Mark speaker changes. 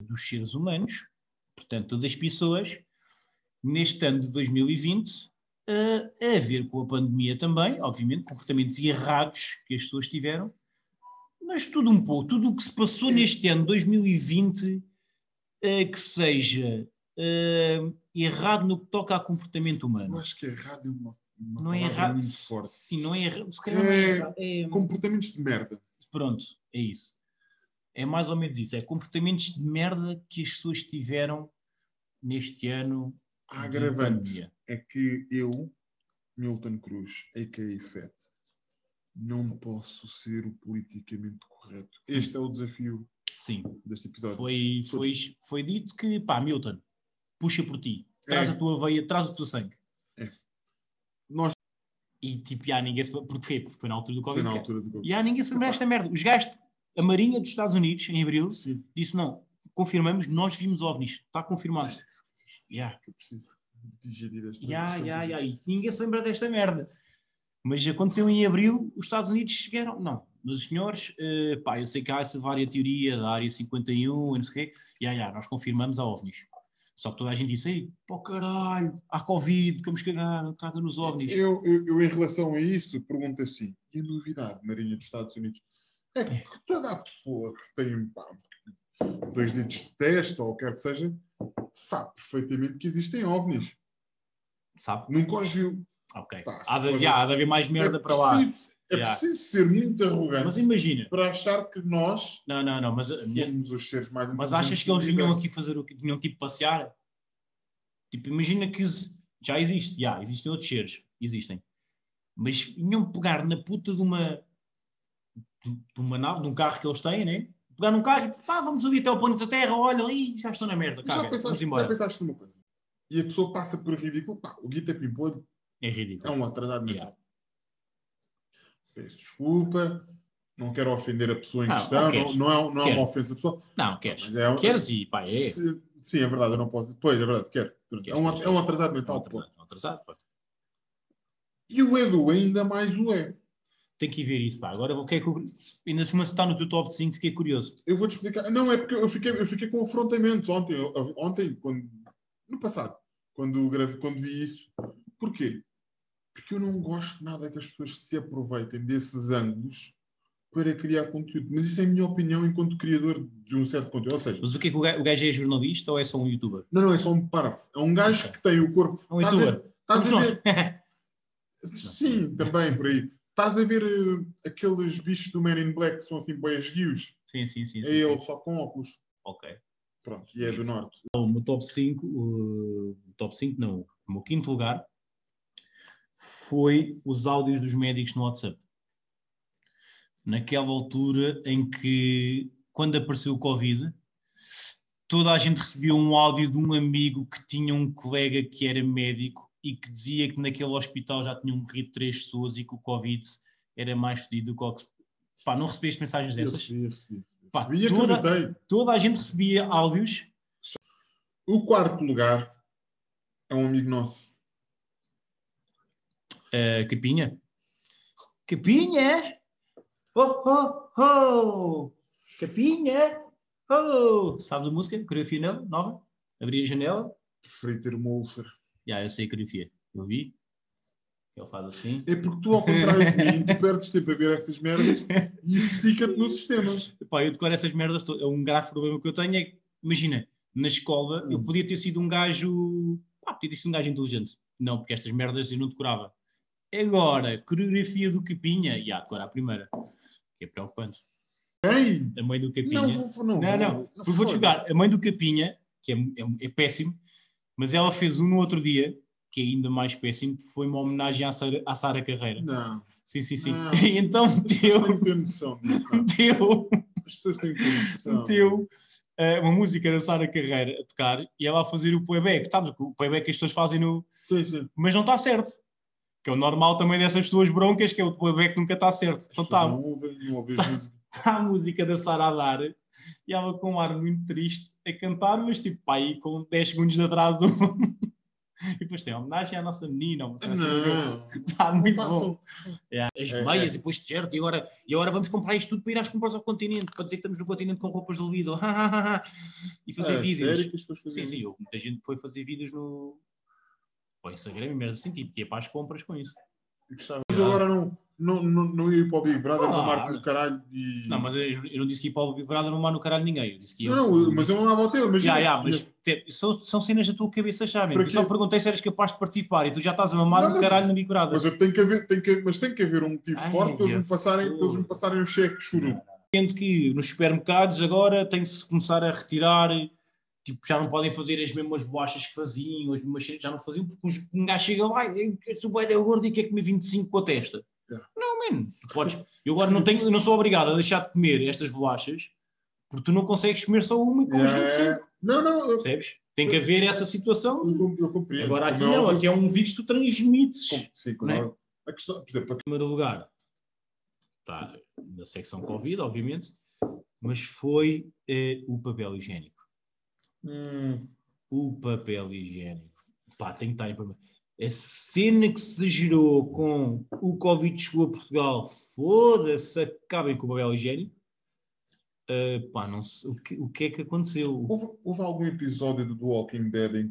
Speaker 1: dos seres humanos, portanto, das pessoas, neste ano de 2020, eh, a, a ver com a pandemia também, obviamente, comportamentos errados que as pessoas tiveram, mas tudo um pouco, tudo o que se passou neste ano 2020 eh, que seja eh, errado no que toca a comportamento humano.
Speaker 2: Eu acho que errado é uma, uma
Speaker 1: Não é
Speaker 2: palavra
Speaker 1: errado.
Speaker 2: muito forte.
Speaker 1: Sim, não é errado. Se calhar não é
Speaker 2: É,
Speaker 1: errado. É,
Speaker 2: Comportamentos de merda.
Speaker 1: pronto, é isso. É mais ou menos isso. É comportamentos de merda que as pessoas tiveram neste ano.
Speaker 2: Há
Speaker 1: de
Speaker 2: agravante.
Speaker 1: pandemia.
Speaker 2: É que eu, Milton Cruz, a.k.a. FET, não posso ser o politicamente correto. Este é o desafio
Speaker 1: Sim.
Speaker 2: deste episódio.
Speaker 1: Foi, foi, foi dito que, pá, Milton, puxa por ti. Traz
Speaker 2: É.
Speaker 1: a tua veia, traz o teu sangue.
Speaker 2: Nós
Speaker 1: E tipo, já ninguém se. Porque foi, porque foi na altura do
Speaker 2: foi
Speaker 1: Covid.
Speaker 2: na
Speaker 1: cara.
Speaker 2: altura do Covid.
Speaker 1: E há ninguém se lembra desta merda. Os gajos, a Marinha dos Estados Unidos, em abril,
Speaker 2: Sim,
Speaker 1: disse: não, confirmamos, nós vimos OVNIs, está confirmado. Ya,
Speaker 2: que eu preciso de digerir esta
Speaker 1: ya,
Speaker 2: esta
Speaker 1: ya,
Speaker 2: coisa.
Speaker 1: ya. E ninguém se lembra desta merda. Mas aconteceu em abril, os Estados Unidos chegaram. Não, meus senhores, eh, pá, eu sei que há essa vária teoria da área 51, e um, não sei o quê, ya, ya, nós confirmamos a OVNIs. Só que toda a gente disse: ei, pô caralho, há Covid, vamos cagar, caga nos OVNIs.
Speaker 2: Eu, eu, eu, em relação a isso, pergunto assim: e a novidade, Marinha dos Estados Unidos? É que toda a pessoa que tem pá, dois dedos de teste ou o que quer que seja, sabe perfeitamente que existem ovnis.
Speaker 1: Sabe?
Speaker 2: Nunca os viu.
Speaker 1: Ok.
Speaker 2: Pá,
Speaker 1: Há de,
Speaker 2: foda-se.
Speaker 1: ya, há de haver mais merda
Speaker 2: é
Speaker 1: para lá.
Speaker 2: preciso- É
Speaker 1: Yeah.
Speaker 2: preciso ser muito arrogante
Speaker 1: Mas imagina.
Speaker 2: para achar que nós
Speaker 1: Não, não, não, mas, a minha-
Speaker 2: somos os seres mais
Speaker 1: mas
Speaker 2: inteligentes
Speaker 1: achas que
Speaker 2: do
Speaker 1: eles vinham
Speaker 2: um universo.
Speaker 1: aqui fazer o que vinham tipo passear? Tipo, imagina que se- já existe, já existem outros seres, existem, mas vinham pegar na puta de uma de uma nave, de um carro que eles têm, né? Pegar num carro e tipo, pá, vamos ali até ao planeta Terra, olha, aí já estão na merda,
Speaker 2: Já
Speaker 1: caga, vamos
Speaker 2: pensaste, já
Speaker 1: embora.
Speaker 2: pensaste numa coisa? E a pessoa passa por ridículo, pá, o Guita Pimpolho
Speaker 1: É
Speaker 2: É
Speaker 1: ridículo.
Speaker 2: um atrasado mental.
Speaker 1: Yeah.
Speaker 2: Peço desculpa, não quero ofender a pessoa em
Speaker 1: Ah,
Speaker 2: questão,
Speaker 1: ok.
Speaker 2: não, não é, não é
Speaker 1: Quero.
Speaker 2: uma ofensa pessoal.
Speaker 1: Não, queres.
Speaker 2: Mas é,
Speaker 1: Queres e pá, é.
Speaker 2: se- sim, é verdade, eu não posso. Pois, é verdade, quero. Pronto,
Speaker 1: Quero,
Speaker 2: é, um,
Speaker 1: quero.
Speaker 2: é um atrasado
Speaker 1: É um
Speaker 2: mental. pô.
Speaker 1: atrasado, é um atrasado, pá.
Speaker 2: E o Edu ainda mais o é.
Speaker 1: Tem que ir ver isso, pá. Agora o que é que eu- ainda se uma se está no teu top 5, fiquei curioso.
Speaker 2: Eu vou te explicar. Não, é porque eu fiquei, eu fiquei com afrontamento ontem, eu- ontem quando, no passado, quando, gravei, quando vi isso. Porquê? Porque eu não gosto nada que as pessoas se aproveitem desses ângulos para criar conteúdo. Mas isso é a minha opinião enquanto criador de um certo conteúdo. Ou seja,
Speaker 1: Mas o que é que o gajo, o gajo é jornalista ou é só um youtuber?
Speaker 2: não, não, é só um parvo. É um gajo que tem o corpo.
Speaker 1: É um
Speaker 2: Estás Tá a-
Speaker 1: youtuber.
Speaker 2: Estás a
Speaker 1: Somos
Speaker 2: ver? Sim, também por aí. Estás a ver eh, aqueles bichos do Man in Black que são assim boias guios?
Speaker 1: Sim, sim, sim. sim, sim.
Speaker 2: É ele só com óculos.
Speaker 1: Ok.
Speaker 2: Pronto, e é do norte.
Speaker 1: O meu top 5, o top 5 não, o meu quinto lugar foi os áudios dos médicos no WhatsApp. Naquela altura em que, quando apareceu o Covid, toda a gente recebia um áudio de um amigo que tinha um colega que era médico e que dizia que naquele hospital já tinham morrido três pessoas e que o Covid era mais fedido do que o que... Pá, não recebeste mensagens
Speaker 2: Eu
Speaker 1: dessas?
Speaker 2: recebi, eu recebi.
Speaker 1: Pá,
Speaker 2: Recebi e
Speaker 1: toda-
Speaker 2: acreditei.
Speaker 1: Toda a gente recebia áudios
Speaker 2: O quarto lugar é um amigo nosso. É,
Speaker 1: Uh, capinha? Capinha? Oh, oh, oh! Capinha? Oh! é? Sabes a música? Coreografia não? nova? Abri a janela?
Speaker 2: Preferi ter uma úlcera.
Speaker 1: Já, eu sei a coreografia. Eu vi. Ele faz assim.
Speaker 2: É porque tu, ao contrário de mim, tu perdes tempo a ver essas merdas e isso fica-te no sistema.
Speaker 1: Epá, eu decoro essas merdas. todas. É um grave problema que eu tenho. É que, imagina, na escola eu
Speaker 2: Hum.
Speaker 1: podia ter sido um gajo. Pá, podia ter sido um gajo inteligente. Não, porque estas merdas eu não decorava. Agora, coreografia do Capinha. Já, decora a primeira. Que é preocupante.
Speaker 2: Ei!
Speaker 1: A mãe do Capinha.
Speaker 2: Não, vou, não,
Speaker 1: Não, não, Eu vou-te
Speaker 2: foda.
Speaker 1: jogar. A mãe do Capinha, que é, é- é péssimo, mas ela fez um no outro dia, que é ainda mais péssimo, porque foi uma homenagem à Sara, à Sara Carreira.
Speaker 2: Não,
Speaker 1: Sim, sim, sim.
Speaker 2: Não.
Speaker 1: E então
Speaker 2: as pessoas
Speaker 1: meteu,
Speaker 2: têm que ter noção. disso, pá.
Speaker 1: meteu,
Speaker 2: As pessoas têm que ter noção.
Speaker 1: meteu eh, uma música da Sara Carreira a tocar e ela a fazer o playback. Sabes o que- o playback que as pessoas fazem no.
Speaker 2: Sim, sim.
Speaker 1: Mas não está certo. Que é o normal também dessas pessoas broncas, que é o playback nunca está certo.
Speaker 2: As
Speaker 1: Então
Speaker 2: pessoas
Speaker 1: está
Speaker 2: Não ouvem, não ouvem as músicas.
Speaker 1: está a música da Sara a dar e ela com um ar muito triste a cantar, mas tipo, pá, aí com 10 segundos de atraso E depois tem a homenagem à nossa menina. uma cena assim.
Speaker 2: Não,
Speaker 1: Está muito bom.
Speaker 2: façam.
Speaker 1: Yeah, As
Speaker 2: É,
Speaker 1: meias e depois t-shirt e agora, e agora vamos comprar isto tudo para ir às compras ao continente, para dizer que estamos no continente com roupas do Lidl. e fazer
Speaker 2: É
Speaker 1: vídeos.
Speaker 2: sério que as pessoas
Speaker 1: Sim,
Speaker 2: faziam
Speaker 1: sim, houve muita gente que foi fazer vídeos no pô, Instagram e mesmo assim, tipo, ia para as compras com isso.
Speaker 2: isso? Mas eu agora não, não, não, não ia para o Big Brother
Speaker 1: Claro.
Speaker 2: do Marco do caralho e...
Speaker 1: Não, mas eu, eu não disse que ia para o Big Brother não mar no caralho de ninguém. Eu disse que ia.
Speaker 2: Não, não, mas eu não andava ao teu, imagina.
Speaker 1: Já, já, mas te- são, são cenas da tua cabeça já, mesmo.
Speaker 2: Para
Speaker 1: Eu só
Speaker 2: quê?
Speaker 1: perguntei se eras capaz de participar e tu já estás a mamar
Speaker 2: Não,
Speaker 1: no
Speaker 2: mas-
Speaker 1: caralho no Big Brother.
Speaker 2: Mas eu tenho que haver, tem que, mas tem que haver um motivo
Speaker 1: Ai,
Speaker 2: forte para eles, me
Speaker 1: Deus.
Speaker 2: passarem, para eles me passarem um cheque churu.
Speaker 1: Sendo que nos supermercados agora tem-se começar a retirar, tipo, já não podem fazer as mesmas bolachas que faziam, as mesmas cenas já não faziam, porque os um gajo chega lá e se o boeda é gordo e quer comer 25 com a testa.
Speaker 2: É.
Speaker 1: Não, mano, tu podes. Eu agora não, tenho, eu não sou obrigado a deixar de comer estas bolachas porque tu não consegues comer só uma e comes
Speaker 2: É.
Speaker 1: 25,
Speaker 2: Não, não, eu,
Speaker 1: percebes? Tem que haver essa situação.
Speaker 2: eu, com- eu compreendo.
Speaker 1: Agora aqui
Speaker 2: Como é
Speaker 1: não,
Speaker 2: óbvio,
Speaker 1: aqui é um vírus que tu transmites.
Speaker 2: com- Sim,
Speaker 1: não é?
Speaker 2: claro. A questão, por exemplo,
Speaker 1: Em primeiro lugar, está na secção Covid, obviamente, mas foi eh, o papel higiênico.
Speaker 2: a- hum,
Speaker 1: O papel higiênico. Pá, tem que estar em primeiro. A cena que se gerou com o Covid chegou a Portugal, foda-se, acabem com o papel higiênico. Eh, pá, não sei, o que, o que é que aconteceu? O
Speaker 2: houve, houve algum episódio do The Walking Dead em